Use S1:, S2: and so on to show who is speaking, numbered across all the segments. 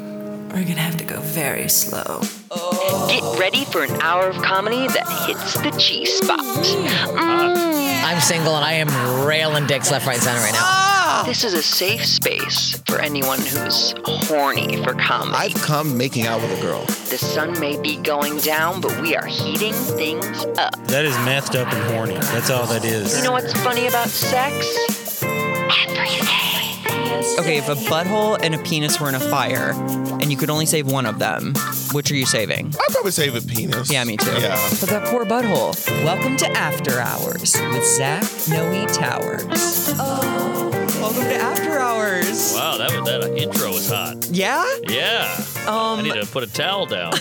S1: we're gonna have to go very slow.
S2: Get ready for an hour of comedy that hits the G spot.
S3: I'm single and I am railing dicks left, right, center right now.
S4: Ah.
S2: This is a safe space for anyone who's horny for comedy.
S5: I've come making out with a girl.
S2: the sun may be going down, but we are heating things up.
S6: That is mathed up and horny. That's all that is.
S2: You know what's funny about sex? Everything.
S4: Okay, if a butthole and a penis were in a fire and you could only save one of them, which are you saving?
S5: I'd probably save a penis.
S4: Yeah, me too.
S5: Yeah.
S4: But that poor butthole. Welcome to After Hours with Zach Noe Towers. Oh. Welcome to After Hours.
S7: Wow, Oh, that was, that intro was hot.
S4: Yeah?
S7: Yeah. I
S4: Um,
S7: need to put a towel down.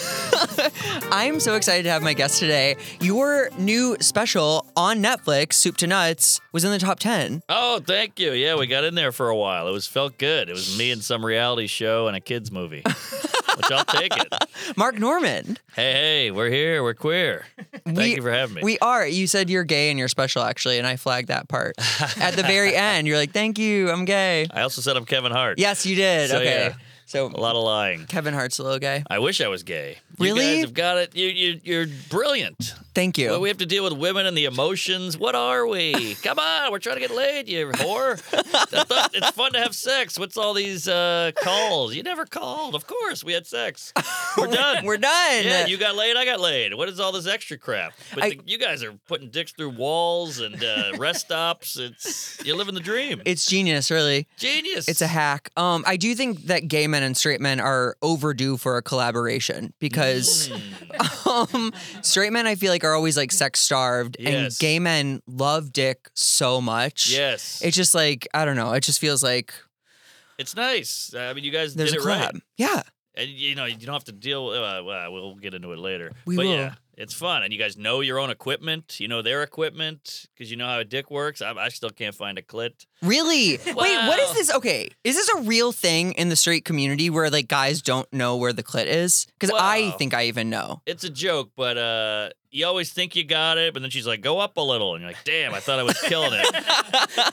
S4: I'm so excited to have my guest today. Your new special on Netflix, Soup to Nuts, was in the top 10.
S7: oh, thank you. Yeah, we got in there for a while. It was felt good. It was me and some reality show and a kids movie. Which I'll take it.
S4: Mark Norman.
S7: Hey, hey, we're here. We're queer. Thank
S4: We-
S7: you for having me.
S4: We are. You said you're gay in your special, actually, and I flagged that part. At the very end, you're like, thank you, I'm gay.
S7: I also said I'm Kevin Hart.
S4: Yes, you did.
S7: So,
S4: okay.
S7: yeah.
S4: So
S7: A lot of lying.
S4: Kevin Hart's a little gay.
S7: I wish I was gay.
S4: Really?
S7: You guys have got it. You, you, you're brilliant.
S4: Thank you.
S7: But we have to deal with women and the emotions. What are we? Come on, we're trying to get laid, you whore. I thought it's fun to have sex. What's all these uh, calls? You never called. Of course, we had sex. We're done.
S4: We're done.
S7: yeah, you got laid. I got laid. What is all this extra crap? But
S4: I-
S7: the- you guys are putting dicks through walls and uh, rest stops. It's you're living the dream.
S4: it's genius, really.
S7: Genius.
S4: It's a hack. Um, I do think that gay men and straight men are overdue for a collaboration because
S7: Mm.
S4: um, straight men I feel like are always like sex starved, and
S7: Yes.
S4: gay men love dick so much.
S7: Yes,
S4: It's just like I don't know. It just feels like
S7: it's nice. I mean, you guys
S4: there's
S7: did
S4: a
S7: it
S4: collab.
S7: right.
S4: Yeah,
S7: and you know you don't have to deal. Uh, well, we'll get into it later.
S4: We
S7: but
S4: will.
S7: yeah, it's fun, and you guys know your own equipment. You know their equipment because you know how a dick works. I, I still can't find a clit.
S4: really. Wait, what is
S7: Wow.
S4: this? Okay, is this a real thing in the straight community where like guys don't know where the clit is? Because I
S7: Wow.
S4: think I even know.
S7: It's a joke, but uh, you always think you got it, but then she's like, "Go up a little," and you're like, "Damn, I thought I was killing it."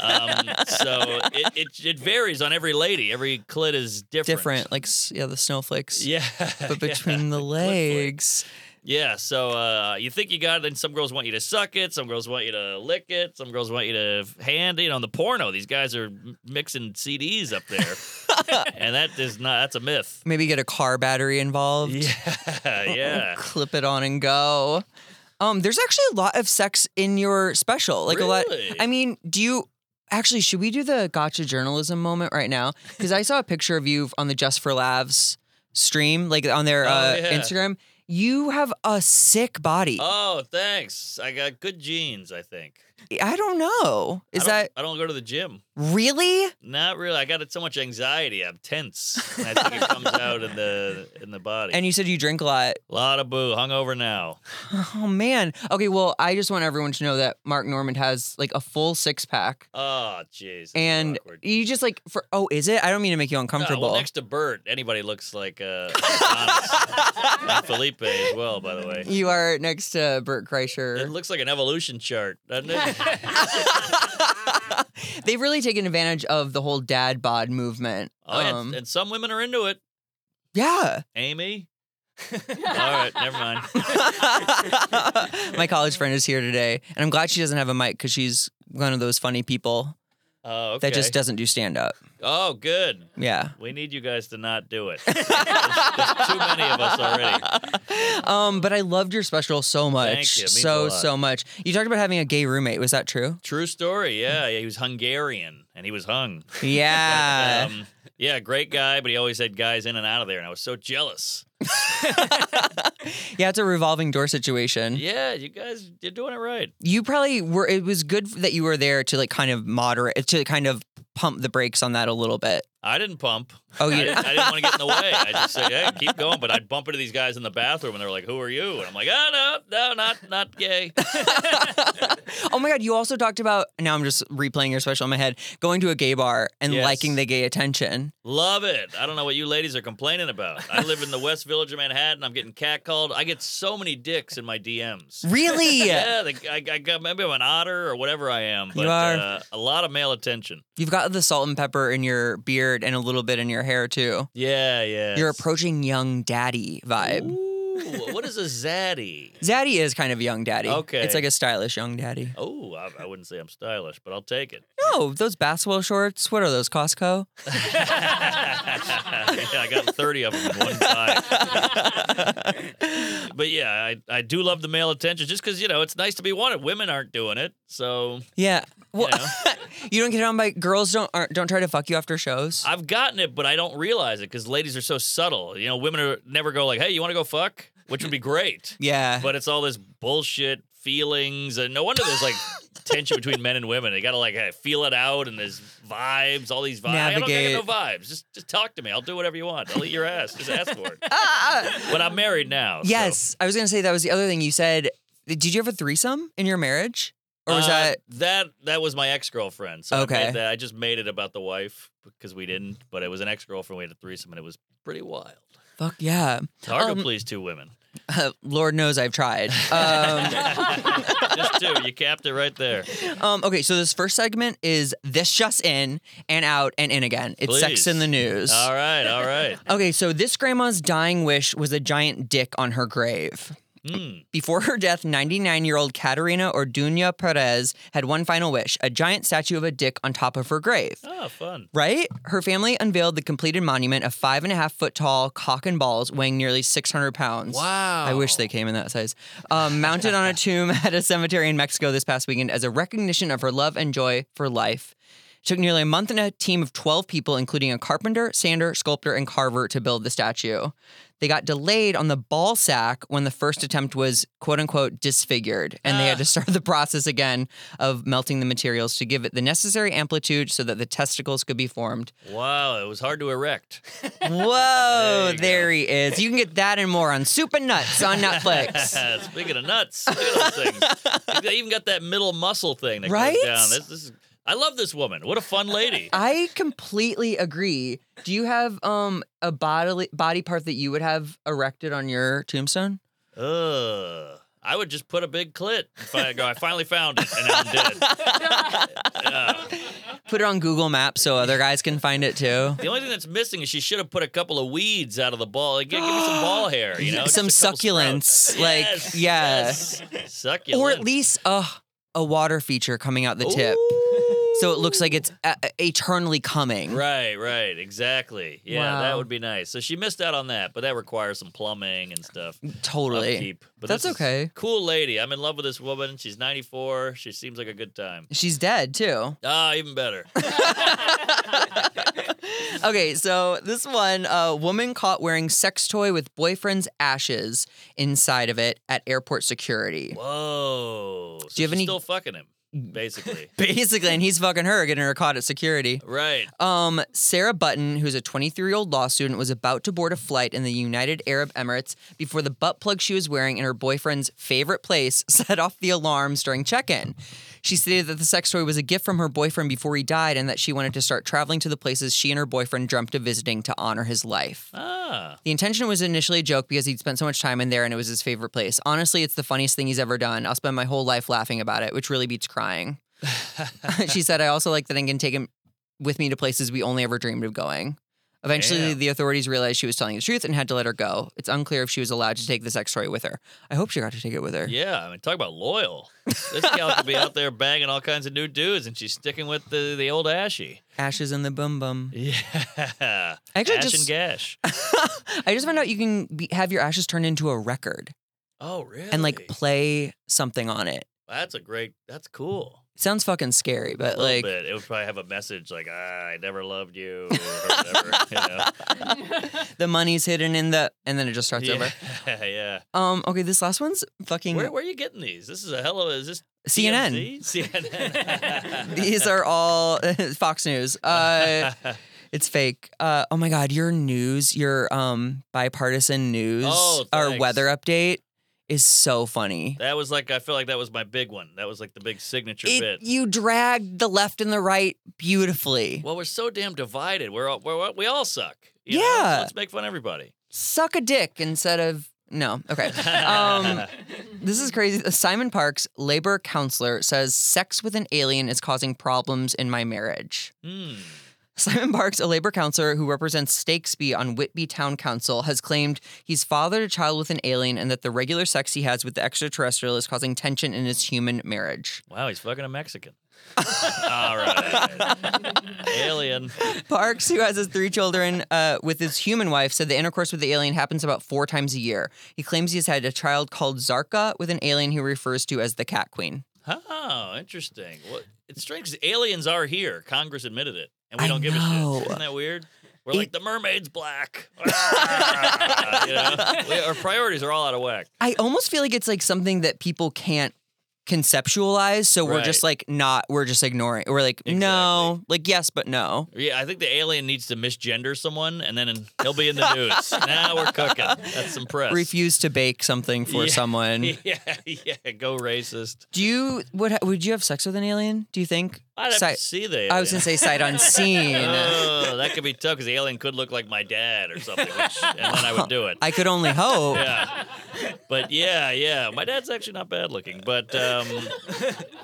S7: um, so it, it it varies on every lady. Every clit is different.
S4: Different, like s- yeah, the snowflakes.
S7: Yeah,
S4: But
S7: yeah.
S4: between the
S7: flake.
S4: legs.
S7: Yeah, so uh, you think you got it, then some girls want you to suck it, some girls want you to lick it, some girls want you to hand it on the porno. These guys are m- mixing CDs up there, and that is not that's a myth.
S4: maybe get a car battery involved.
S7: Yeah, yeah.
S4: Clip it on and go. Um, there's actually a lot of sex in your special. Like a lot.
S7: Really?
S4: I mean, do you actually? Should we do the gotcha journalism moment right now? Because I saw a picture of you on the Just for Laughs stream, like on their
S7: Oh,
S4: uh,
S7: yeah.
S4: Instagram. You have a sick body.
S7: Oh, thanks. I got good genes. I think.
S4: I don't know. Is
S7: I don't-
S4: that
S7: I don't go to the gym.
S4: really?
S7: Not really. I got so much anxiety. I'm tense. And I think it comes out in the in the body.
S4: And you said you drink a lot.
S7: a lot of boo. Hungover now.
S4: Oh man. Okay. Well, I just want everyone to know that Mark Norman has like a full six pack.
S7: Oh, jeez. this is
S4: and
S7: awkward.
S4: you just like for oh is it i don't mean to make you
S7: No,
S4: uncomfortable
S7: well, next to Bert, anybody looks like uh, Adonis. and Felipe as well, by the way.
S4: you are next to bert
S7: It
S4: kreischer
S7: looks like an evolution chart, doesn't it?
S4: they've really taken advantage of the whole dad bod movement Um,
S7: Oh, yeah, and, and some women are into it.
S4: yeah
S7: Amy. All right, never mind.
S4: my college friend is here today and i'm glad she doesn't have a mic because she's one of those funny people
S7: Oh, okay.
S4: that just doesn't do stand up
S7: Oh, good.
S4: yeah
S7: We need you guys to not do it. There's, there's too many of us already.
S4: um but i loved your special so much
S7: Thank you. It means
S4: so
S7: a lot. Um,
S4: so much you talked about having a gay roommate was that true
S7: True story. Yeah, yeah. He was Hungarian and he was hung.
S4: yeah
S7: Um, yeah, great guy, but he always had guys in and out of there, and I was so jealous.
S4: yeah it's a revolving door situation
S7: Yeah, you guys, you're doing it right.
S4: you probably were it was good that you were there to like kind of moderate to kind of pump the brakes on that a little bit
S7: I didn't pump.
S4: oh
S7: I
S4: you
S7: didn't, I didn't want to get in the way. I just said, "Hey, keep going." But I'd bump into these guys in the bathroom, and they're like, "Who are you?" And I'm like, "Oh no, no, not not gay."
S4: oh my god you also talked about now i'm just replaying your special in my head going to a gay bar and
S7: Yes.
S4: liking the gay attention
S7: Love it. I don't know what you ladies are complaining about. I live in the West Village of Manhattan. I'm getting catcalled. I get so many dicks in my DMs.
S4: really
S7: Yeah, the, I, I got maybe I'm an otter or whatever I am, but
S4: You are.
S7: Uh, a lot of male attention.
S4: you've got the salt and pepper in your beer beard and a little bit in your hair too.
S7: Yeah, yeah.
S4: You're approaching young daddy vibe.
S7: Ooh, what is a zaddy?
S4: Zaddy is kind of young daddy.
S7: Okay.
S4: It's like a stylish young daddy.
S7: Oh, I, I wouldn't say I'm stylish, but I'll take it.
S4: No, those basketball shorts. What are those, Costco?
S7: yeah, I got 30 of them in one time. but yeah, I, I do love the male attention just because, you know, it's nice to be wanted. Women aren't doing it. So
S4: Yeah. Well,
S7: know.
S4: you don't get on by girls. Don't aren't, don't try to fuck you after shows.
S7: I've gotten it, but I don't realize it because ladies are so subtle. You know, women are never go like, hey, you want to go fuck? Which would be great.
S4: yeah.
S7: But it's all this bullshit feelings. And no wonder there's like tension between men and women. They got to like hey, feel it out and there's vibes, all these vibes. I
S4: Navigate.
S7: don't get no vibes. Just, just talk to me. I'll do whatever you want. I'll eat your ass. Just ask for it. but I'm married now. so-
S4: yes, I was gonna say that was the other thing you said. Did you have a threesome in your marriage, or was
S7: Uh,
S4: that
S7: that that was my ex girlfriend? So I,
S4: Okay.
S7: made that, I just made it about the wife because we didn't, but it was an ex girlfriend. We had a threesome and it was pretty wild.
S4: fuck yeah?
S7: It's hard
S4: Um,
S7: to please two women.
S4: Lord knows I've tried. Um,
S7: Just two. You capped it right there.
S4: um, okay, so this first segment is this just in and out and in again. It's sex
S7: Please. Uh,
S4: in the news.
S7: All right, all right.
S4: Okay, so this grandma's dying wish was a giant dick on her grave.
S7: Mm.
S4: Before her death, 99 year old Caterina Orduña Perez had one final wish a giant statue of a dick on top of her grave.
S7: Oh, fun.
S4: Right? Her family unveiled the completed monument of five and a half foot tall cock and balls weighing nearly 600 pounds.
S7: Wow.
S4: I wish they came in that size. Um, mounted on a tomb at a cemetery in Mexico this past weekend as a recognition of her love and joy for life. It took nearly a month and a team of 12 people, including a carpenter, sander, sculptor, and carver, to build the statue. They got delayed on the ball sack when the first attempt was quote unquote disfigured, and they had to start the process again of melting the materials to give it the necessary amplitude so that the testicles could be formed.
S7: Wow, it was hard to erect.
S4: Whoa,
S7: There you go.
S4: there he is. You can get that and more on Super Nuts on Netflix.
S7: Speaking of nuts, look at those things. They even got that middle muscle thing that
S4: Right?
S7: goes down. This, this is, I love this woman. What a fun lady.
S4: I completely agree. Do you have um a bodily body part that you would have erected on your tombstone?
S7: Ugh. I would just put a big clit. If I go, I finally found it, and I'm dead.
S4: Put it on Google Maps so other guys can find it too.
S7: The only thing that's missing is she should have put a couple of weeds out of the ball. Like, give, give me some ball hair, you know, just
S4: Some
S7: a couple sprouts.
S4: succulents, like
S7: Yes,
S4: yeah.
S7: yes. succulents,
S4: or at least uh, a water feature coming out the tip. So it looks like it's uh, eternally coming.
S7: Right, right, exactly. Yeah,
S4: Wow.
S7: that would be nice. So she missed out on that, but that requires some plumbing and stuff.
S4: Totally.
S7: Upkeep. But
S4: That's
S7: this is
S4: okay.
S7: Cool lady. I'm in love with this woman. She's 94. She seems like a good time.
S4: She's dead too.
S7: Ah, even better.
S4: Okay, so this one a woman caught wearing sex toy with boyfriend's ashes inside of it at airport security.
S7: Whoa. So
S4: Do you have
S7: she's
S4: any-
S7: still fucking him, basically.
S4: Basically, and he's fucking her, getting her caught at security.
S7: right.
S4: Um, Sarah Button, who's a 23 year old law student, was about to board a flight in the United Arab Emirates before the butt plug she was wearing in her boyfriend's favorite place set off the alarms during check in. She stated that the sex toy was a gift from her boyfriend before he died and that she wanted to start traveling to the places she and her boyfriend dreamt of visiting to honor his life.
S7: Ah.
S4: The intention was initially a joke because he'd spent so much time in there and it was his favorite place. Honestly, it's the funniest thing he's ever done. I'll spend my whole life laughing about it, which really beats crying. she said, I also like that I can take him with me to places we only ever dreamed of going. Eventually,
S7: Damn.
S4: the authorities realized she was telling the truth and had to let her go. It's unclear if she was allowed to take the sex toy with her. I hope she got to take it with her.
S7: Yeah, I mean, talk about loyal. This gal could be out there banging all kinds of new dudes, and she's sticking with the, the old ashy.
S4: Ashes in the bum bum.
S7: Yeah.
S4: Actually,
S7: Ash
S4: just-
S7: and gash.
S4: I just found out you can be, have your ashes turned into a record
S7: Oh, really?
S4: and like play something on it.
S7: That's a great. That's cool.
S4: Sounds fucking scary,
S7: A
S4: but
S7: little
S4: like
S7: bit. it would probably have a message like "Ah, "I never loved you" or whatever. you know?
S4: the money's hidden in the, and then it just starts over.
S7: yeah, yeah.
S4: Um. Okay, this last one's fucking
S7: Where, where are you getting these? This is a hell of a. Is this
S4: CNN.
S7: TMZ? CNN.
S4: These are all Fox News. Uh, it's fake. Uh, oh my God, your news, your um bipartisan news,
S7: Oh,
S4: our
S7: thanks.
S4: weather update is so funny.
S7: that was like I feel like that was my big one. That was like the big signature
S4: It,
S7: bit.
S4: you dragged the left and the right beautifully.
S7: well, we're so damn divided. We're all, we're, all- we all suck. you know? So
S4: Yeah.
S7: let's make fun of everybody.
S4: Suck a dick instead of no. Okay. Um, this is crazy. Simon Parks, labor counselor, says sex with an alien is causing problems in my marriage.
S7: Hmm.
S3: Simon Barks, a labor counselor who represents Stakesby on Whitby Town Council, has claimed he's fathered a child with an alien and that the regular sex he has with the extraterrestrial is causing tension in his human marriage.
S7: Wow, he's fucking a Mexican. All right. Alien.
S3: Parks, who has his three children uh, with his human wife, said the intercourse with the alien happens about four times a year. He claims he has had a child called Zarka with an alien he refers to as the Cat Queen.
S7: Oh, interesting. What? It's strange 'cause aliens are here. Congress admitted it, and we
S3: I
S7: don't give a
S3: know.
S7: shit. Isn't that weird? We're like the mermaid's black. Ah, you know? We- our priorities are all out of whack.
S3: I almost feel like it's like something that people can't conceptualize, so we're
S7: Right.
S3: just like not, we're just ignoring. We're like, no, like yes, but no.
S7: Yeah, I think the alien needs to misgender someone, and then he'll be in the news. now we're cooking. That's some press.
S3: Refuse to bake something for
S7: Yeah.
S3: someone.
S7: Yeah, yeah. Go racist.
S3: Do you would ha- would you have sex with an alien? Do you think?
S7: I'd have
S3: Sight-
S7: to see the. Alien.
S3: I was gonna say sight unseen.
S7: Oh, that could be tough because the alien could look like my dad or something, which, and then I would do it.
S3: I could only hope.
S7: yeah. But yeah, yeah. My dad's actually not bad looking. But um,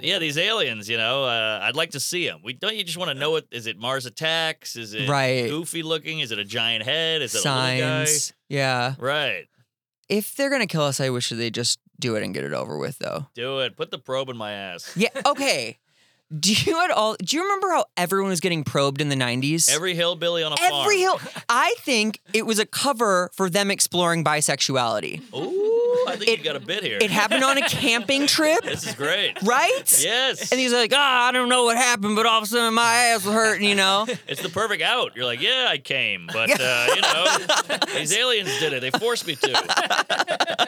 S7: yeah, these aliens, you know, uh, I'd like to see them. We don't you just want to know what is it Mars attacks? Is it
S3: Right.
S7: goofy looking? Is it a giant head? Is it
S3: Signs. Yeah.
S7: a little guy? Right.
S3: If they're gonna kill us, I wish they just do it and get it over with, though.
S7: Do it. Put the probe in my ass.
S3: Yeah. Okay. do you at all? Do you remember how everyone was getting probed in the nineties?
S7: Every hillbilly on a farm.
S3: Every hill. I think it was a cover for them exploring bisexuality.
S7: Ooh, I think you got a bit here.
S3: It happened on a camping trip,
S7: This is great.
S3: right?
S7: Yes.
S3: And he's like, ah, I don't know what happened, but all of a sudden my ass was hurting, you know?
S7: It's the perfect out. You're like, yeah, I came, but uh, you know, these aliens did it. They forced me to.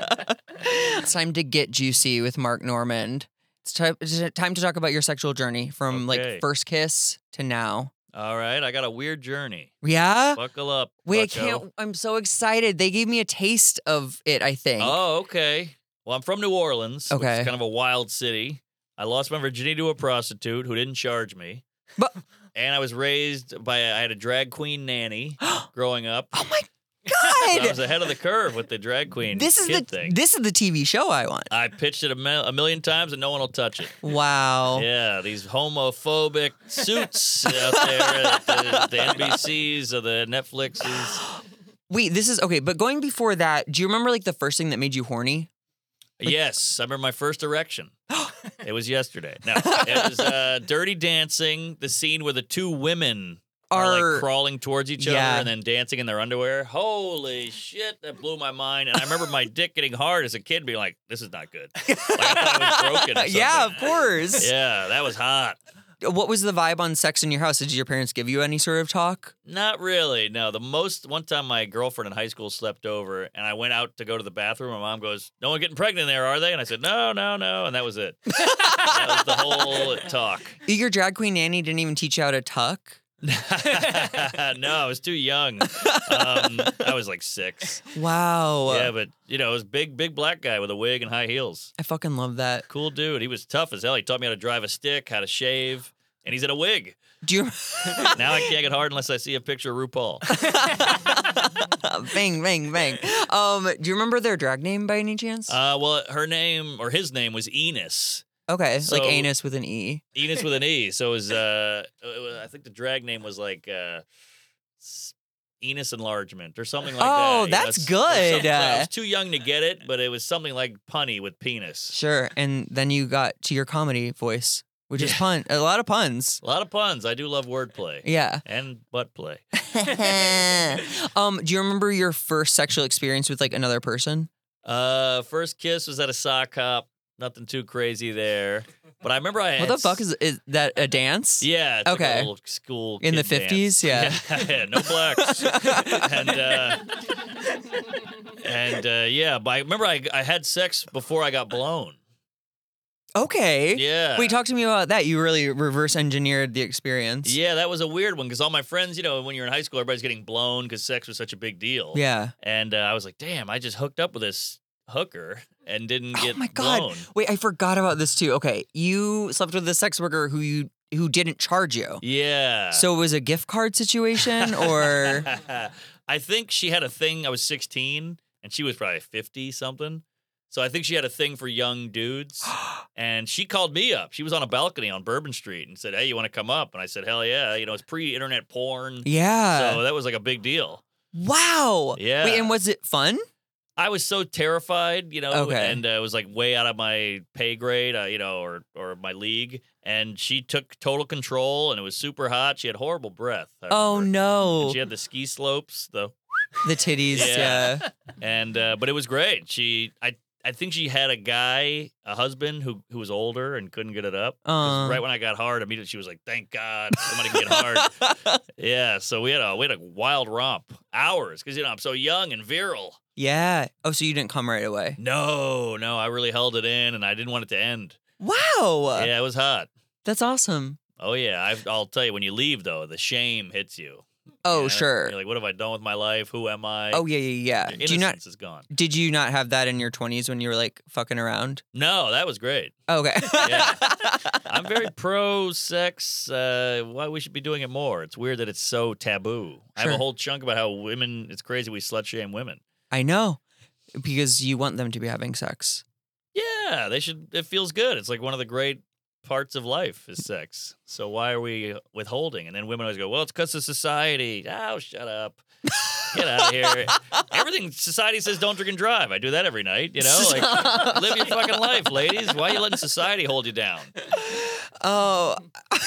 S3: it's time to get juicy with Mark Normand. It's ti- it's time to talk about your sexual journey from
S7: Okay.
S3: like first kiss to now.
S7: All right, I got a weird journey.
S3: Yeah?
S7: Buckle up.
S3: Wait,
S7: bucko.
S3: I can't. I'm so excited. They gave me a taste of it, I think.
S7: Oh, okay. Well, I'm from New Orleans, which
S3: Okay.
S7: is kind of a wild city. I lost my virginity to a prostitute who didn't charge me.
S3: But-
S7: and I was raised by I had a drag queen nanny growing up.
S3: Oh my
S7: So I
S3: God.
S7: was ahead of the curve with the drag queen
S3: this is the
S7: kid thing.
S3: this is the TV show I want.
S7: I pitched it a, mil- a million times and no one will touch it.
S3: Wow.
S7: Yeah, these homophobic suits out there at the, the NBCs or the Netflixes.
S3: Wait, this is okay, but going before that, do you remember like the first thing that made you horny?
S7: Yes, I remember my first erection. It was yesterday. No, it was uh, Dirty Dancing, the scene where the two women are,
S3: Are-
S7: like crawling towards each
S3: Yeah.
S7: other and then dancing in their underwear. Holy shit, that blew my mind. And I remember my dick getting hard as a kid being like, this is not good. Like, I thought it was broken. or
S3: Uh, yeah,
S7: something.
S3: of course.
S7: Yeah, that was hot.
S3: What was the vibe on sex in your house? Did your parents give you any sort of talk?
S7: Not really. No, the most one time my girlfriend in high school slept over, and I went out to go to the bathroom. My mom goes, "No one getting pregnant there, are they?" And I said, "No, no, no," and that was it. that was the whole talk.
S3: Your drag queen nanny didn't even teach you how to tuck.
S7: no, I was too young. Um, I was like six.
S3: Wow.
S7: Yeah, but you know, it was big, big black guy with a wig and high heels.
S3: I fucking love that.
S7: Cool dude. He was tough as hell. He taught me how to drive a stick, how to shave, and he's in a wig.
S3: Do you
S7: Now I can't get hard unless I see a picture of RuPaul.
S3: bang bang bang? Um, do you remember their drag name by any chance?
S7: Uh, well, her name or his name was Enos.
S3: okay,
S7: so-
S3: like anus with an e.
S7: Enos with an E. So it was, uh, it was- I think the drag name was like uh, s- Enos enlargement or something like that.
S3: Oh,
S7: you know,
S3: that's
S7: it's- there's
S3: good. uh,
S7: something- I was too young to get it, but it was something like punny with penis.
S3: Sure. And then you got to your comedy voice, which is pun. A lot of puns.
S7: A lot of puns. I do love wordplay
S3: Yeah.
S7: and butt play.
S3: um, do you remember your first sexual experience with like another person?
S7: Uh, first kiss was at a sock hop. Nothing too crazy there. But I remember I
S3: What
S7: had
S3: the fuck is is that a dance?
S7: Yeah. It's Like
S3: Okay.
S7: a little school
S3: In the
S7: kid dance.
S3: 50s? Yeah.
S7: yeah. yeah, No blacks. and uh, and uh, yeah, but I remember I, I had sex before I got blown.
S3: Okay.
S7: Yeah.
S3: Wait, talk to me about that. You really reverse engineered the experience.
S7: Yeah, that was a weird one because all my friends, you know, when you're in high school, everybody's getting blown because sex was such a big deal.
S3: Yeah.
S7: And uh, I was like, damn, I just hooked up with this hooker and didn't
S3: Oh
S7: get
S3: my god.
S7: blown.
S3: Wait, I forgot about this too. Okay, you slept with a sex worker who you who didn't charge you.
S7: Yeah.
S3: So it was a gift card situation or
S7: I think she had a thing. I was 16 and she was probably 50 something. So I think she had a thing for young dudes. And she called me up. She was on a balcony on Bourbon Street and said, Hey, you want to come up? And I said, Hell yeah. You know, it's pre internet porn.
S3: Yeah.
S7: So that was like a big deal.
S3: wow.
S7: Yeah.
S3: Wait, and was it fun?
S7: I was so terrified, you know,
S3: Okay.
S7: and uh, it was like way out of my pay grade, uh, you know, or or my league. And she took total control, and it was super hot. She had horrible breath. I
S3: Oh
S7: remember.
S3: no.
S7: And she had the ski slopes, though,
S3: the titties. Yeah.
S7: Yeah. and uh, but it was great. She, I, I think she had a guy, a husband who who was older and couldn't get it up.
S3: Aw.
S7: 'Cause Right when I got hard, immediately she was like, "Thank God, somebody can get hard." yeah, so we had a we had a wild romp, hours, because you know I'm so young and virile.
S3: Yeah. Oh, so you didn't come right away.
S7: No, no, I really held it in, and I didn't want it to end.
S3: Wow.
S7: yeah, it was hot.
S3: That's awesome.
S7: Oh yeah, I've, I'll tell you. When you leave, though, the shame hits you.
S3: Oh,
S7: You know?
S3: sure.
S7: You're like, what have I done with my life? Who am I?
S3: oh, yeah, yeah,
S7: Your
S3: yeah. Do you not
S7: innocence is gone.
S3: did you not have that in your 20s when you were like fucking around?
S7: No, that was great.
S3: Okay.
S7: Yeah. I'm very pro sex. Uh, why we should be doing it more? It's weird that it's so taboo. I have a
S3: Sure.
S7: whole chunk about how women. It's crazy we slut shame women.
S3: I know. Because you want them to be having sex.
S7: Yeah, they should. It feels good. It's like one of the great parts of life is sex. So why are we withholding? And then women always go, "Well, it's because of society." Oh, shut up. Get out of here. Everything society says don't drink and drive. I do that every night, you know? Like live your fucking life, ladies. Why are you letting society hold you down?
S3: Oh,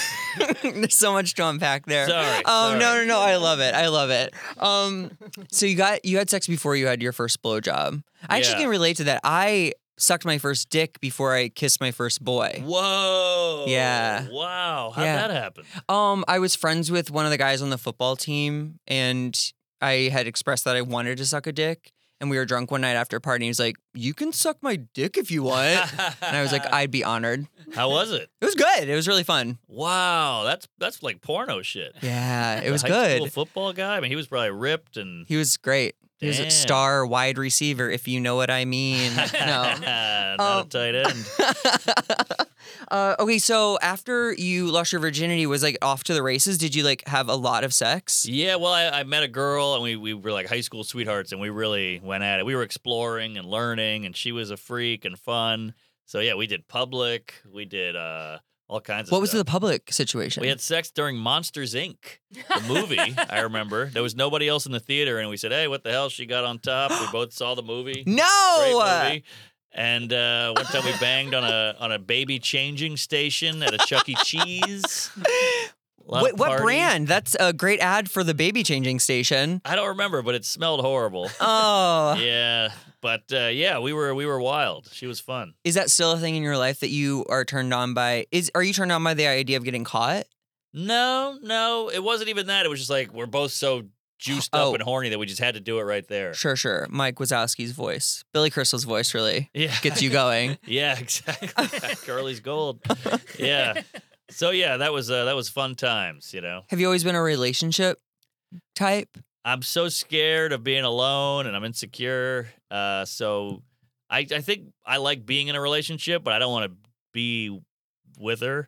S3: there's so much to unpack there.
S7: Mm-hmm. Sorry,
S3: Oh no, no,
S7: sorry.
S3: no! I love it. I love it. Um, so you got you had sex before you had your first blowjob. I actually
S7: Yeah.
S3: can relate to that. I sucked my first dick before I kissed my first boy.
S7: Whoa.
S3: Yeah.
S7: Wow. How'd
S3: Yeah.
S7: that happen?
S3: Um, I was friends with one of the guys on the football team, and I had expressed that I wanted to suck a dick. And we were drunk one night after a party. And he's like, "You can suck my dick if you want," and I was like, "I'd be honored."
S7: How was it?
S3: It was good. It was really fun.
S7: Wow. That's that's like porno shit.
S3: Yeah, it
S7: The
S3: was
S7: high
S3: good.
S7: School football guy. I mean, he was probably ripped and
S3: He was great. He was a
S7: Damn.
S3: star wide receiver, if you know what I mean. No.
S7: Not
S3: Um,
S7: a tight end.
S3: uh, okay, so after you lost your virginity, was like off to the races. Did you like have a lot of sex?
S7: Yeah, well, I, I met a girl and we, we were like high school sweethearts and we really went at it. We were exploring and learning, and she was a freak and fun. So, yeah, we did public, we did uh, all kinds of
S3: What was the
S7: stuff.
S3: public situation?
S7: We had sex during Monsters Inc., the movie, I remember. There was nobody else in the theater, and we said, Hey, what the hell? She got on top. We both saw the movie.
S3: no. uh,
S7: Great movie. And uh, one time we banged on a on a baby changing station at a Chuck E. Cheese. Lot
S3: Wait,
S7: of
S3: what
S7: party.
S3: brand? That's a great ad for the baby changing station.
S7: I don't remember, but it smelled horrible.
S3: Oh,
S7: yeah, but uh, yeah, we were we were wild. She was fun.
S3: is that still a thing in your life that you are turned on by? Is are you turned on by the idea of getting caught?
S7: No, no, it wasn't even that. It was just like we're both so juiced
S3: Oh.
S7: up and horny that we just had to do it right there.
S3: Sure, sure. Mike Wazowski's voice, Billy Crystal's voice, really
S7: Yeah,
S3: gets you going.
S7: yeah, exactly. Curly's gold. Yeah. So yeah, that was uh, that was fun times. You know,
S3: Have you always been a relationship type?
S7: I'm so scared of being alone and I'm insecure. Uh, so I I think I like being in a relationship, but I don't want to be with her.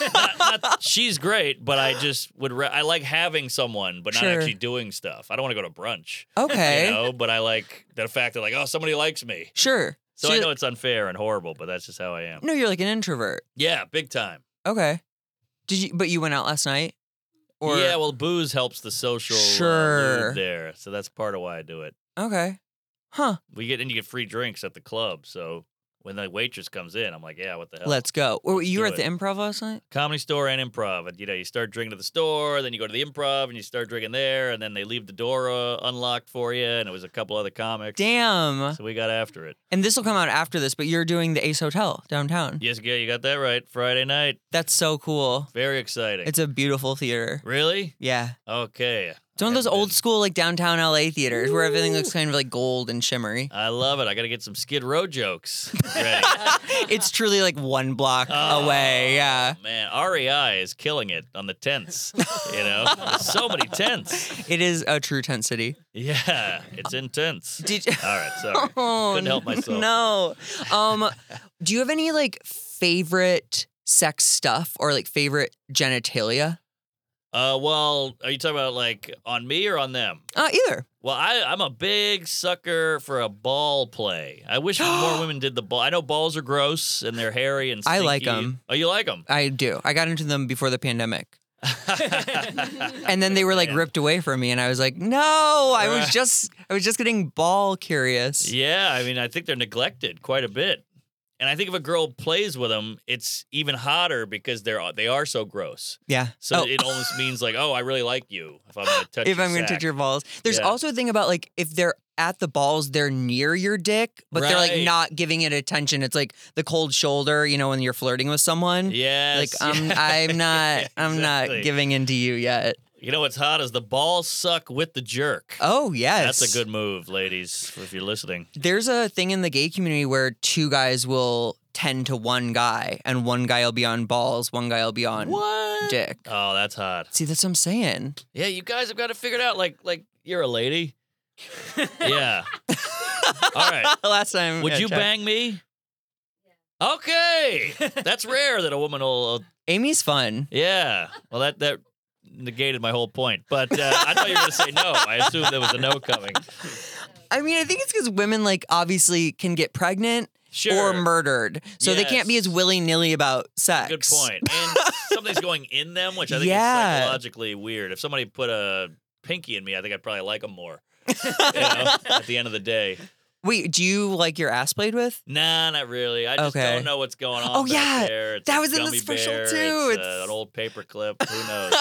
S7: not, not- she's great, but I just would. Re- I like having someone, but not
S3: Sure. Eh?
S7: actually doing stuff. I don't want to go to brunch,
S3: Okay.
S7: you know. But I like the fact that like, oh, somebody likes me.
S3: Sure.
S7: So
S3: you're-
S7: I know it's unfair and horrible, but that's just how I am.
S3: No, you're like an introvert.
S7: Yeah, big time.
S3: Okay. Did you? But you went out last night. Or
S7: yeah, well, booze helps the social uh, mood
S3: Sure.
S7: there, so that's part of why I do it.
S3: okay. Huh.
S7: We get and you get free drinks at the club. So when the waitress comes in, I'm like, yeah, what the hell?
S3: Let's go. Or
S7: Let's
S3: you were
S7: do
S3: at the improv last night.
S7: comedy store and improv. And you know, you start drinking at the store, then you go to the improv and you start drinking there, and then they leave the door uh, unlocked for you. And it was a couple other comics.
S3: Damn.
S7: So we got after it.
S3: And this will come out after this, but you're doing the Ace Hotel downtown.
S7: Yes, yeah, you got that right. Friday night,
S3: That's so cool.
S7: very exciting.
S3: It's a beautiful theater.
S7: really
S3: Yeah.
S7: okay.
S3: It's one of those
S7: Haven't
S3: old
S7: been-
S3: school like downtown LA theaters where everything looks kind of like gold and shimmery.
S7: I love it. I got to get some Skid Row jokes. ready.
S3: it's truly like one block
S7: Oh.
S3: away. Yeah.
S7: Man, REI is killing it on the tents. You know, There's so many tents.
S3: It is a true tent city.
S7: Yeah, it's intense.
S3: Did you-
S7: All right, sorry.
S3: Oh,
S7: Ah, Couldn't help myself.
S3: No. Um, do you have any like favorite sex stuff or like favorite genitalia?
S7: Uh, well, are you talking about like on me or on them?
S3: Uh, either.
S7: Well, I, I'm a big sucker for a ball play. I wish more women did the ball. I know balls are gross and they're hairy and
S3: I
S7: stinky.
S3: like 'em.
S7: Oh, you like them?
S3: I do. I got into them before the pandemic. and then they were like ripped away from me and I was like, "No, I was
S7: Right.
S3: just I was just getting ball curious."
S7: Uh. Yeah, I mean, I think they're neglected quite a bit. And I think if a girl plays with them, it's even hotter because they're they are so gross.
S3: Yeah.
S7: So
S3: Oh.
S7: it almost means like, oh, I really like you if I'm gonna touch
S3: if
S7: your
S3: I'm going to
S7: sack.
S3: touch your balls. There's
S7: Yeah.
S3: also a thing about like if they're at the balls, they're near your dick, but they're like
S7: Right.
S3: not giving it attention. It's like the cold shoulder, you know, when you're flirting with someone.
S7: Yes.
S3: Like um,
S7: yeah.
S3: I'm not, I'm
S7: Exactly.
S3: not giving in to you yet.
S7: You know what's hot is the ball suck with the jerk.
S3: Oh yes,
S7: That's a good move, ladies, if you're listening.
S3: There's a thing in the gay community where two guys will tend to one guy, and one guy will be on balls, one guy will be on
S7: What?
S3: dick.
S7: Oh, that's hot.
S3: See, that's what I'm saying.
S7: Yeah, you guys have got to figure it out. Like, like you're a lady. yeah. All right.
S3: Last time,
S7: Would
S3: yeah,
S7: you
S3: check.
S7: bang me? Okay, that's rare that a woman will. will-
S3: Amy's fun.
S7: yeah. Well, that that negated my whole point. But uh, I thought you were going to say no. I assumed there was a no coming.
S3: I mean, I think it's because women like obviously can get pregnant
S7: Sure.
S3: or murdered, so they can't be
S7: Yes.
S3: as willy nilly about sex.
S7: Good point. And something's going in them, which I think
S3: Yeah.
S7: is psychologically weird. If somebody put a pinky in me, I think I'd probably like them more. you know, at the end of the day,
S3: Wait, do you like your ass played with?
S7: nah, not really. I just
S3: Okay.
S7: don't know what's going on.
S3: Oh,
S7: back
S3: yeah.
S7: there. It's
S3: That
S7: a
S3: was in the
S7: gummy
S3: special,
S7: bear.
S3: too.
S7: It's,
S3: It's-
S7: uh, an old paper clip. Who knows?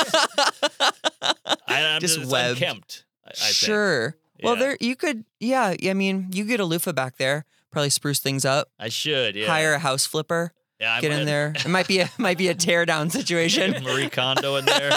S7: I, I'm
S3: Just
S7: just, it's
S3: webbed.
S7: unkempt. I, I think.
S3: sure. Well,
S7: Yeah.
S3: there you could. Yeah, I mean, you get a loofah back there. Probably spruce things up.
S7: I should. Yeah.
S3: Hire a house flipper.
S7: Yeah, I'm
S3: get in
S7: gonna-
S3: there. It might be a might be a tear down situation.
S7: Marie Kondo in there.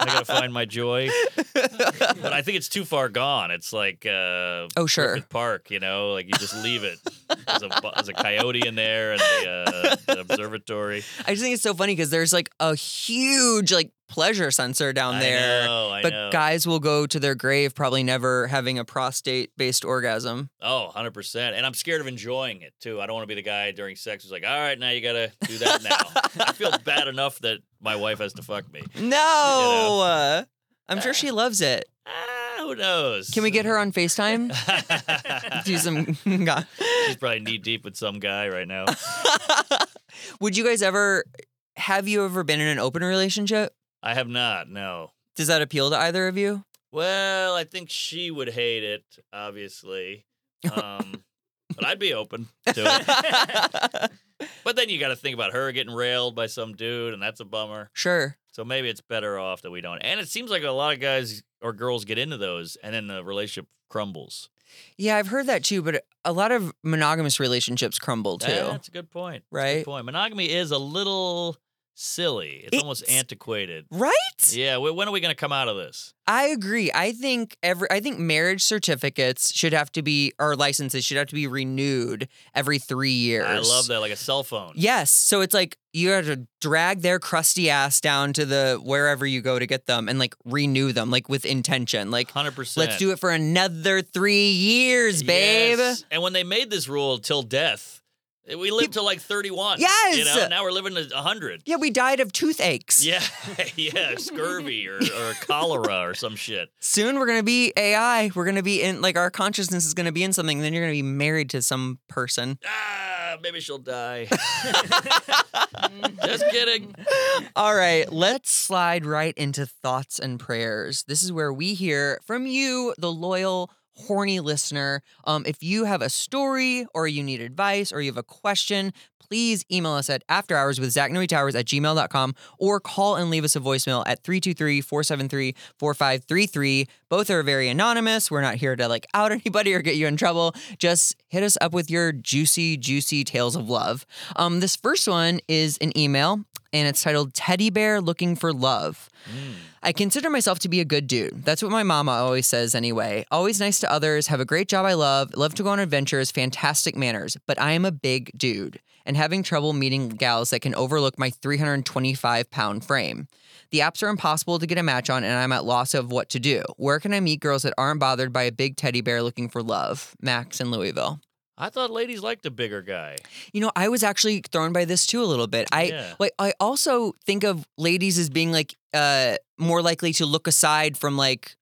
S7: I gotta find my joy. But I think it's too far gone. It's like uh,
S3: Oh, sure.
S7: Griffith Park. You know, like you just leave it. There's a, bu- there's a coyote in there and the, uh, the observatory
S3: I just think it's so funny because there's like a huge like pleasure sensor down
S7: I
S3: there.
S7: know, I
S3: but
S7: know.
S3: guys will go to their grave probably never having a prostate based orgasm.
S7: Oh, 100 percent. And I'm scared of enjoying it too. I don't want to be the guy during sex who's like, "All right, now you gotta do that." Now I feel bad enough that my wife has to fuck me.
S3: No. I'm sure she loves it.
S7: Ah, who knows?
S3: Can we get her on FaceTime? Do some God.
S7: She's probably knee deep with some guy right now.
S3: Would you guys ever have you ever been in an open relationship?
S7: I have not. No.
S3: Does that appeal to either of you?
S7: Well, I think she would hate it, obviously. Um, but I'd be open to it. but then you got to think about her getting railed by some dude, and that's a bummer.
S3: sure.
S7: So maybe it's better off that we don't. And it seems like a lot of guys or girls get into those, and then the relationship crumbles.
S3: Yeah, I've heard that too, but a lot of monogamous relationships crumble too.
S7: Eh, that's a good point. That's a
S3: Right.
S7: good point. Monogamy is a little silly. It's almost
S3: It's-
S7: antiquated.
S3: Right?
S7: Yeah. wh- When are we going to come out of this?
S3: I agree. I think every I think marriage certificates should have to be or licenses should have to be renewed every 3 years.
S7: I love that, like a cell phone.
S3: Yes. So it's like you have to drag their crusty ass down to the wherever you go to get them and like renew them like with intention. Like
S7: Hundred percent.
S3: let's do it for another 3 years, babe.
S7: Yes. And when they made this rule till death, eh, we lived till like 31. You
S3: Yes.
S7: know, now we're living to 100.
S3: Yeah, we died of toothaches.
S7: Yeah, yeah, scurvy or, or cholera or some shit.
S3: Soon we're going to be AI. We're going to be in like our consciousness is going to be in something then you're going to be married to some person.
S7: Ah, maybe she'll die. Just kidding.
S3: All right, let's slide right into thoughts and prayers. This is where we hear from you, the loyal, horny listener. Um, if you have a story or you need advice or you have a question, please email us at afterhourswithzachnewtowers at gmail.com or call and leave us a voicemail at 323-473-4533. Both are very anonymous. We're not here to like out anybody or get you in trouble. Just hit us up with your juicy, juicy tales of love. Um, this first one is an email and it's titled Teddy Bear Looking for Love. I consider myself to be a good dude. That's what my mama always says, anyway. Always nice to others, have a great job I love, love to go on adventures, fantastic manners, but I am a big dude and having trouble meeting gals that can overlook my 325 pound frame. The apps are impossible to get a match on, and I'm at loss of what to do. Where can I meet girls that aren't bothered by a big teddy bear looking for love? Max in Louisville.
S7: I thought ladies liked a bigger guy.
S3: You know, I was actually thrown by this too a little bit. I
S7: Yeah.
S3: like I also think of ladies as being like uh more likely to look aside from like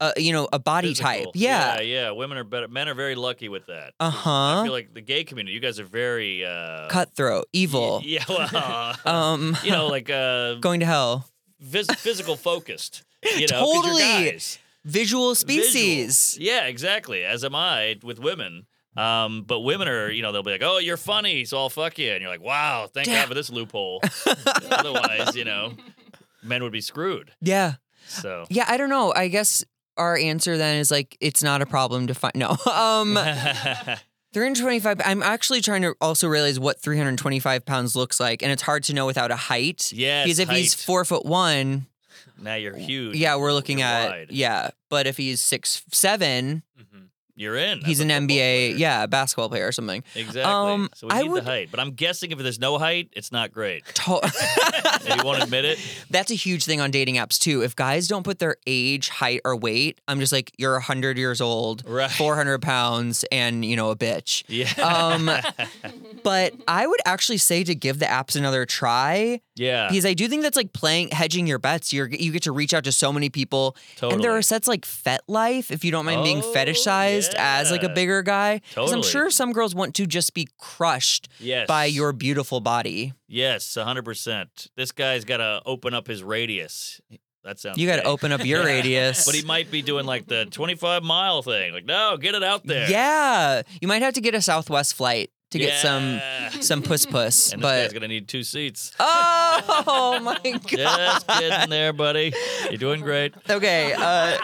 S3: uh you know, a body type.
S7: Physical.
S3: Yeah.
S7: yeah, yeah. Women are better. Men are very lucky with that. I
S3: Uh-huh.
S7: feel like the gay community. You guys are very uh,
S3: Cutthroat, evil.
S7: Yeah, well,
S3: Um
S7: you know, like uh,
S3: going to hell.
S7: phys- physical focused. You know, 'cause you're
S3: Totally.
S7: guys.
S3: Visual
S7: Visual.
S3: species.
S7: Yeah, exactly. As am I with women. Um, but women are, you know, they'll be like, "Oh, you're funny, so I'll fuck you," and you're like, "Wow, thank God for this loophole." Otherwise, you know, men would be screwed.
S3: Yeah.
S7: So
S3: Yeah, I don't know. I guess our answer then is like it's not a problem to find no. Um 325 I'm actually trying to also realize what 325 pounds looks like, and it's hard to know without a height.
S7: Yes,
S3: Because if he's
S7: height.
S3: four foot one,
S7: now you're huge.
S3: yeah, we're looking
S7: You're
S3: at
S7: wide.
S3: yeah. But if he's six seven,
S7: You're in.
S3: he's
S7: as
S3: an
S7: a
S3: NBA
S7: football player.
S3: yeah basketball player or something.
S7: Exactly.
S3: Um,
S7: so we
S3: I
S7: need
S3: would-
S7: the height, but I'm guessing if there's no height, it's not great.
S3: To-
S7: And you won't admit it.
S3: That's a huge thing on dating apps too. If guys don't put their age, height, or weight, I'm just like you're hundred years old,
S7: Right.
S3: 400 pounds, and you know a bitch.
S7: Yeah.
S3: Um, but I would actually say to give the apps another try.
S7: yeah.
S3: because I do think that's like playing hedging your bets. You're you get to reach out to so many people, and there
S7: Totally.
S3: are sets like FetLife if you don't mind being
S7: Oh,
S3: fetishized as like a
S7: yeah.
S3: bigger guy. 'Cause I'm
S7: Totally.
S3: sure some girls want to just be crushed
S7: Yes.
S3: by your beautiful body.
S7: Yes, 100%. This guy's got to open up his radius. That sounds
S3: You got to
S7: gay.
S3: open up your radius.
S7: But he might be doing like the 25 mile thing. Like, no, get it out there.
S3: Yeah, you might have to get a Southwest flight to get
S7: Yeah.
S3: some some puss puss.
S7: And this guy's
S3: But
S7: going to need two seats.
S3: oh my god.
S7: Just kidding there, buddy. You're doing great.
S3: Okay. Uh,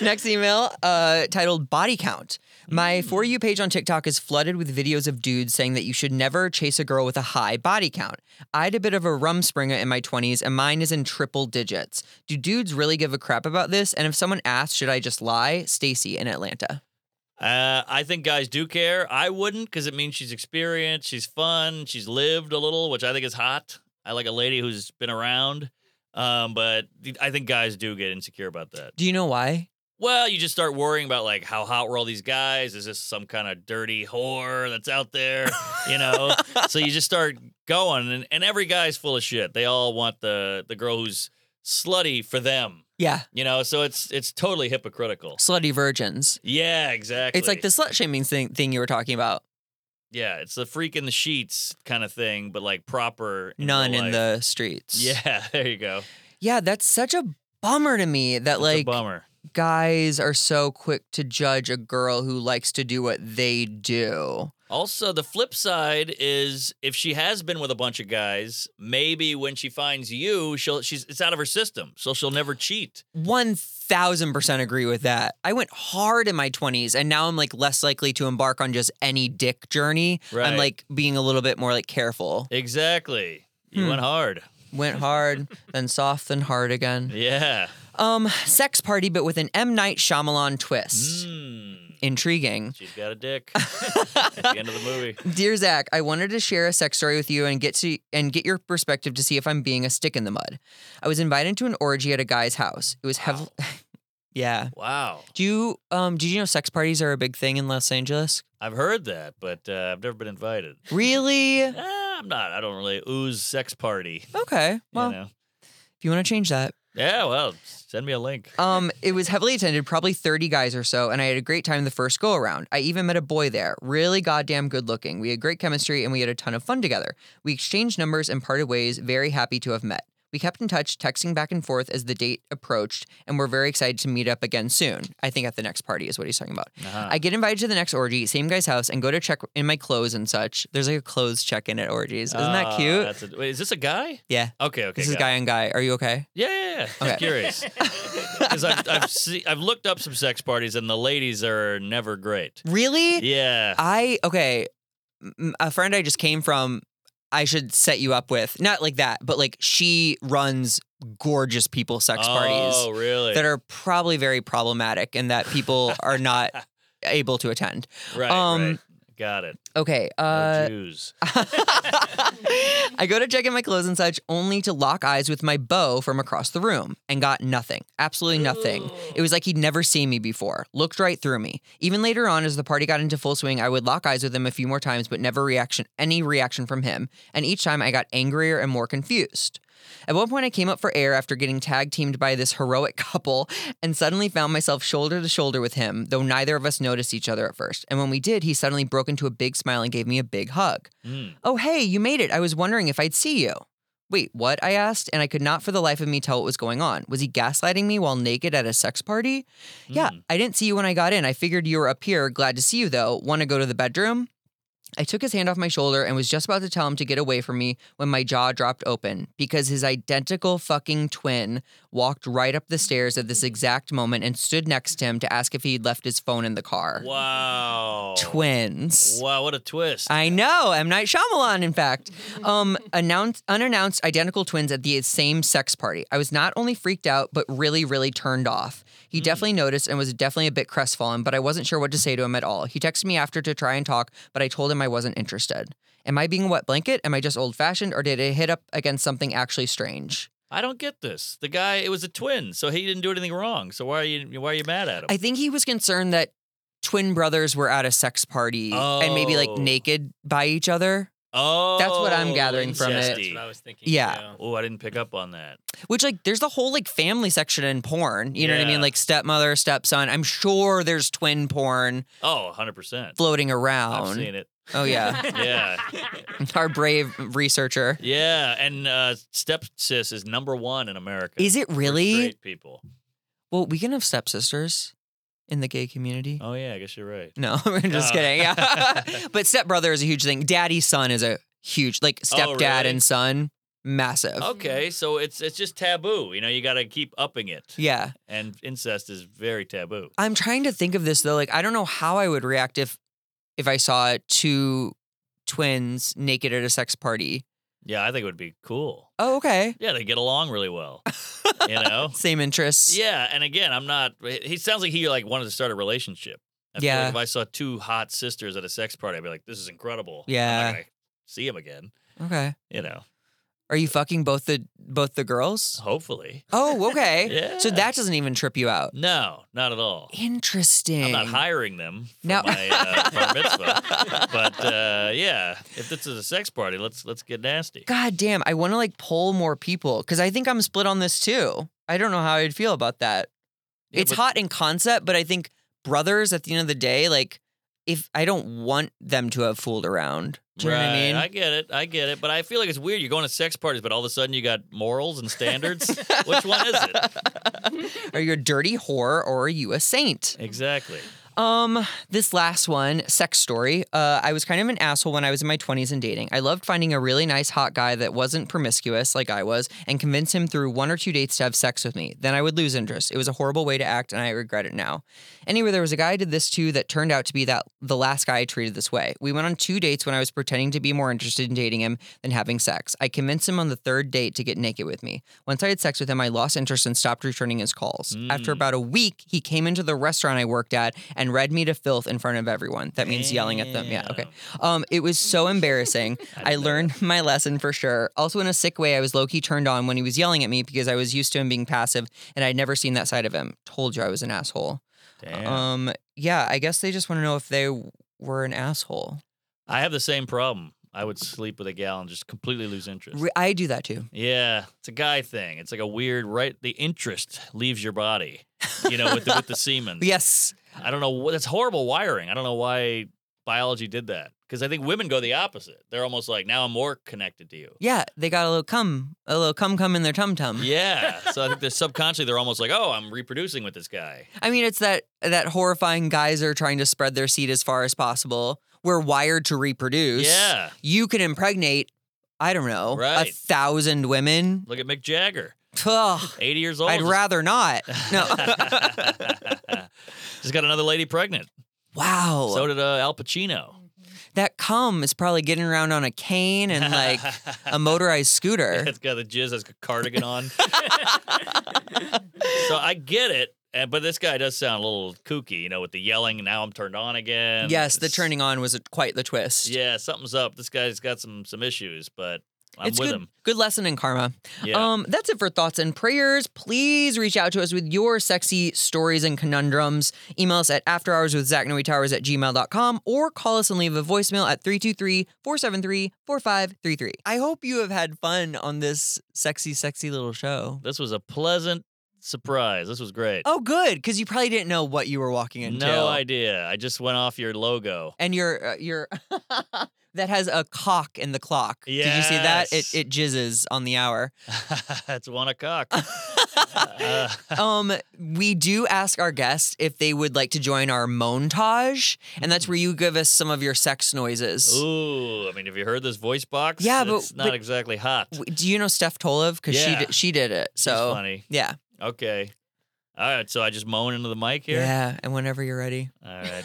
S3: next email uh, titled Body Count. My
S7: Mm.
S3: For You page on TikTok is flooded with videos of dudes saying that you should never chase a girl with a high body count. I had a bit of a rum springer in my 20s, and mine is in triple digits. Do dudes really give a crap about this? And if someone asks, should I just lie? Stacy in Atlanta.
S7: Uh, I think guys do care. I wouldn't because it means she's experienced, she's fun, she's lived a little, which I think is hot. I like a lady who's been around. Um, but I think guys do get insecure about that.
S3: Do you know why?
S7: Well, you just start worrying about like how hot were all these guys? Is this some kind of dirty whore that's out there? You know? so you just start going and, and every guy's full of shit. They all want the the girl who's slutty for them.
S3: Yeah,
S7: You know, so it's it's totally hypocritical.
S3: slutty virgins.
S7: Yeah, exactly.
S3: It's like the slut shaming thing, thing you were talking about.
S7: Yeah, it's the freak in the sheets kind of thing, but like proper in
S3: None
S7: real
S3: in
S7: life.
S3: the streets.
S7: Yeah, there you go.
S3: Yeah, that's such a bummer to me that
S7: It's a
S3: like
S7: bummer.
S3: guys are so quick to judge a girl who likes to do what they do.
S7: Also, the flip side is if she has been with a bunch of guys, maybe when she finds you, she'll she's it's out of her system, so she'll never cheat.
S3: 1000% agree with that. I went hard in my 20s and now I'm like less likely to embark on just any dick journey. I'm
S7: Right.
S3: like being a little bit more like careful.
S7: Exactly. You went hard.
S3: Went hard, then soft, then hard again.
S7: Yeah.
S3: Um, sex party, but with an M. Night Shyamalan twist.
S7: Mm,
S3: Intriguing.
S7: she's got a dick. At the end of the movie.
S3: Dear Zach, I wanted to share a sex story with you and get to and get your perspective to see if I'm being a stick in the mud. I was invited to an orgy at a guy's house. It was heavily, yeah.
S7: Wow.
S3: Do you um did you know sex parties are a big thing in Los Angeles?
S7: I've heard that, but uh, I've never been invited.
S3: Really?
S7: Ah, I'm not. I don't really ooze sex party.
S3: Okay. Well,
S7: you know?
S3: if you want to change that,
S7: Yeah, well, send me a link.
S3: Um, it was heavily attended, probably 30 guys or so, and I had a great time the first go around. I even met a boy there, really goddamn good looking. We had great chemistry and we had a ton of fun together. We exchanged numbers and parted ways, very happy to have met. We kept in touch, texting back and forth as the date approached, and we're very excited to meet up again soon. I think at the next party is what he's talking about.
S7: Uh-huh.
S3: I get invited to the next orgy, same guy's house, and go to check in my clothes and such. There's like a clothes check in at orgies. Isn't that
S7: Ah,
S3: cute?
S7: that's a- wait, is this a guy?
S3: Yeah.
S7: Okay, okay.
S3: This is
S7: got it.
S3: guy on guy. Are you okay?
S7: Yeah, yeah, yeah.
S3: Okay.
S7: Just curious. Because I've, I've, see, I've looked up some sex parties and the ladies are never great.
S3: Really?
S7: Yeah.
S3: I okay, m- a friend I just came from. I should set you up with not like that, but like she runs gorgeous people sex
S7: Oh,
S3: parties
S7: really?
S3: that are probably very problematic and that people are not able to attend.
S7: right,
S3: um,
S7: right. Got it. Oh,
S3: Okay.
S7: No
S3: Uh,
S7: Jews.
S3: I go to check in my clothes and such, only to lock eyes with my beau from across the room and got nothing. Absolutely nothing. It was like he'd never seen me before, looked right through me. Even later on, as the party got into full swing, I would lock eyes with him a few more times, but never reaction any reaction from him. And each time I got angrier and more confused. At one point, I came up for air after getting tag teamed by this heroic couple and suddenly found myself shoulder to shoulder with him, though neither of us noticed each other at first. And when we did, he suddenly broke into a big smile and gave me a big hug. Oh, hey, you made it. I was wondering if I'd see you. Wait, what? I asked, and I could not for the life of me tell what was going on. Was he gaslighting me while naked at a sex party? Yeah, I didn't see you when I got in. I figured you were up here. Glad to see you, though. Want to go to the bedroom? I took his hand off my shoulder and was just about to tell him to get away from me when my jaw dropped open because his identical fucking twin walked right up the stairs at this exact moment and stood next to him to ask if he'd left his phone in the car.
S7: Wow.
S3: Twins.
S7: Wow, what a twist.
S3: I know, M. Night Shyamalan, in fact. Um, announced, unannounced identical twins at the same sex party. I was not only freaked out, but really, really turned off. He definitely noticed and was definitely a bit crestfallen, but I wasn't sure what to say to him at all. He texted me after to try and talk, but I told him I wasn't interested. Am I being a wet blanket? Am I just old fashioned, or did it hit up against something actually strange?
S7: I don't get this. The guy, it was a twin, so he didn't do anything wrong. So why are you why are you mad at him?
S3: I think he was concerned that twin brothers were at a sex party and maybe like
S7: Oh.
S3: naked by each other.
S7: oh,
S3: that's what I'm gathering from it.
S8: That's what I was thinking.
S3: Yeah.
S7: Oh, I didn't pick up on that.
S3: Which like there's the whole like family section in porn. You know what I
S7: Yeah.
S3: mean? Like stepmother, stepson. I'm sure there's twin porn
S7: Oh, 100%.
S3: floating
S7: I've
S3: around.
S7: seen it.
S3: Oh yeah.
S7: Yeah.
S3: Our brave researcher.
S7: yeah. And uh, stepsis is number one in America.
S3: Is it
S7: for
S3: really?
S7: straight people.
S3: Well, we can have stepsisters in the gay community.
S7: Oh, yeah. I guess you're right.
S3: No, I'm just
S7: Oh.
S3: kidding. Yeah. but stepbrother is a huge thing. Daddy son is a huge like
S7: Oh,
S3: stepdad
S7: really? Oh.
S3: and son, massive.
S7: Okay. So it's it's just taboo. You know, you got to keep upping it.
S3: Yeah.
S7: And incest is very taboo.
S3: I'm trying to think of this though. Like I don't know how I would react if if I saw two twins naked at a sex party.
S7: Yeah. I think it would be cool.
S3: Oh, okay.
S7: Yeah. They get along really well. you know?
S3: same interests.
S7: Yeah, and again, I'm not. He sounds like he like wanted to start a relationship. I feel
S3: Yeah.
S7: like if I saw two hot sisters at a sex party, I'd be like, "This is incredible." I'm not
S3: Yeah.
S7: gonna see him again.
S3: Okay.
S7: You know,
S3: Are you fucking both the both the girls?
S7: hopefully.
S3: Oh, okay.
S7: Yeah.
S3: So that doesn't even trip you out.
S7: No, not at all.
S3: Interesting.
S7: I'm not hiring them for
S3: No.
S7: my uh, bar mitzvah. but uh, yeah, if this is a sex party, let's let's get nasty.
S3: God damn, I want to like poll more people because I think I'm split on this too. I don't know how I'd feel about that.
S7: Yeah,
S3: it's
S7: but-
S3: hot in concept, but I think brothers at the end of the day, like if I don't want them to have fooled around. Do you know what I
S7: Right,
S3: mean?
S7: I get it. I get it. But I feel like it's weird. You're going to sex parties, but all of a sudden you got morals and standards. Which one is it?
S3: Are you a dirty whore or are you a saint?
S7: Exactly.
S3: Um, this last one, sex story. Uh, I was kind of an asshole when I was in my 20s and dating. I loved finding a really nice hot guy that wasn't promiscuous like I was and convince him through one or two dates to have sex with me. Then I would lose interest. It was a horrible way to act and I regret it now. Anyway, there was a guy I did this to that turned out to be that the last guy I treated this way. We went on two dates when I was pretending to be more interested in dating him than having sex. I convinced him on the third date to get naked with me. Once I had sex with him, I lost interest and stopped returning his calls. After
S7: Mm.
S3: about a week, he came into the restaurant I worked at and read me to filth in front of everyone. That means yelling at them. Yeah, okay. Um, it was so embarrassing. I learned my lesson for sure. Also, in a sick way, I was low key turned on when he was yelling at me because I was used to him being passive and I'd never seen that side of him. Told you I was an asshole.
S7: Damn.
S3: Um, yeah, I guess they just want to know if they w- were an asshole.
S7: I have the same problem. I would sleep with a gal and just completely lose interest.
S3: Re- I do that too.
S7: yeah, it's a guy thing. It's like a weird right. The interest leaves your body, you know, with the, with the semen.
S3: Yes.
S7: I don't know. what That's horrible wiring. I don't know why biology did that. Because I think women go the opposite. They're almost like now I'm more connected to you.
S3: Yeah, they got a little cum, a little cum cum in their tum tum.
S7: Yeah. so I think they're subconsciously they're almost like oh I'm reproducing with this guy.
S3: I mean, it's that that horrifying guys are trying to spread their seed as far as possible. We're wired to reproduce.
S7: Yeah.
S3: You can impregnate, I don't know, a
S7: Right.
S3: thousand women.
S7: Look at Mick Jagger,
S3: Ugh,
S7: 80 years old.
S3: I'd
S7: just-
S3: rather not. No.
S7: just got another lady pregnant.
S3: wow.
S7: So did uh, Al Pacino.
S3: that cum is probably getting around on a cane and like a motorized scooter.
S7: It's got the jizz, has a cardigan on. so I get it. And but this guy does sound a little kooky, you know, with the yelling. Now I'm turned on again.
S3: yes, the
S7: It's-
S3: turning on was quite the twist.
S7: Yeah, something's up. This guy's got some some issues, but I'm
S3: it's
S7: with
S3: good,
S7: him.
S3: good lesson in karma.
S7: Yeah.
S3: Um, that's it for thoughts and prayers. Please reach out to us with your sexy stories and conundrums. Email us at afterhourswithzachnowitowers at gmail.com or call us and leave a voicemail at 323-473-4533. I hope you have had fun on this sexy, sexy little show.
S7: This was a pleasant surprise. This was great.
S3: Oh, good, because you probably didn't know what you were walking into.
S7: no idea. I just went off your logo.
S3: And your uh, your that has a cock in the clock. Did you see that? It
S7: Yes.
S3: it jizzes on the hour.
S7: That's one o'clock. uh,
S3: um, we do ask our guests if they would like to join our montage, and that's where you give us some of your sex noises.
S7: Mm. ooh, I mean, have you heard this voice box?
S3: Yeah, but-
S7: it's not
S3: but-
S7: exactly hot.
S3: W- Do you know Steph Tolov? Because
S7: Yeah.
S3: she did, she did it. So
S7: funny.
S3: yeah,
S7: Okay. All right, so I just moan into the mic here.
S3: yeah. And whenever you're ready,
S7: All right.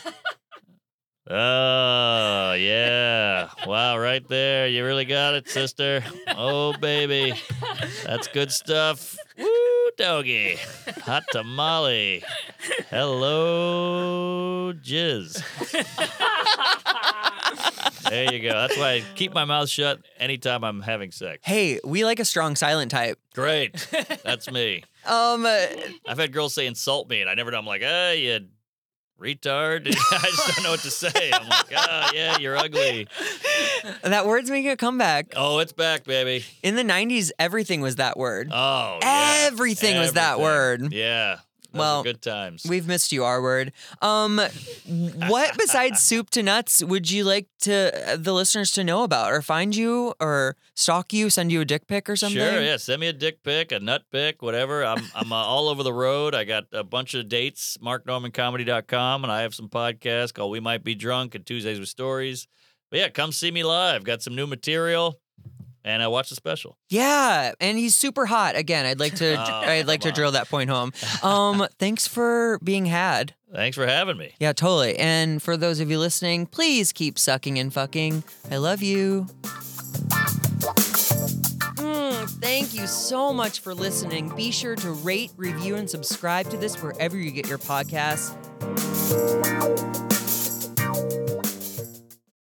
S7: Oh yeah! Wow, right there. You really got it, sister. Oh baby, that's good stuff. Woo, doggy, hot tamale. Hello, jizz. There you go. That's why I keep my mouth shut anytime I'm having sex.
S3: hey, we like a strong silent type.
S7: Great, that's me.
S3: Um, uh,
S7: I've had girls say insult me, and I never know. I'm like, ah, you retard. I just don't know what to say. I'm like, ah, yeah, you're ugly.
S3: that word's making a comeback.
S7: Oh, it's back, baby.
S3: In the '90s, everything was that word.
S7: Oh, yeah.
S3: Everything was that word.
S7: Yeah. Those were
S3: Well,
S7: good times.
S3: We've missed you, R word. Um, what besides soup to nuts would you like to the listeners to know about, or find you, or stalk you, send you a dick pic or something?
S7: Sure, yeah. Send me a dick pic, a nut pic, whatever. I'm I'm uh, all over the road. I got a bunch of dates, marknormancomedy.com, and I have some podcasts called We Might Be Drunk and Tuesdays with Stories. But yeah, come see me live. Got some new material, and I watch the special.
S3: Yeah, and he's super hot. Again, I'd like to,
S7: Oh,
S3: I'd like to
S7: come on.
S3: drill that point home. Um, thanks for being had.
S7: Thanks for having me.
S3: Yeah, totally. And for those of you listening, please keep sucking and fucking. I love you. Mm, thank you so much for listening. Be sure to rate, review, and subscribe to this wherever you get your podcasts.